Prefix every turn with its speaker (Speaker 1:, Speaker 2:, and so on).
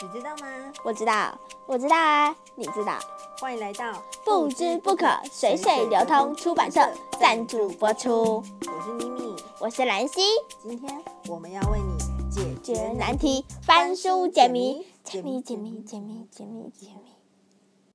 Speaker 1: 你知道吗？
Speaker 2: 我知道，我知道啊，你知道。
Speaker 1: 欢迎来到
Speaker 2: 不知不可，水水流通出版社赞助播出。
Speaker 1: 我是咪咪，
Speaker 2: 我是兰溪，
Speaker 1: 今天我们要为你解
Speaker 2: 解
Speaker 1: 决难
Speaker 2: 难题，翻书解谜，解谜解谜解谜解谜解谜。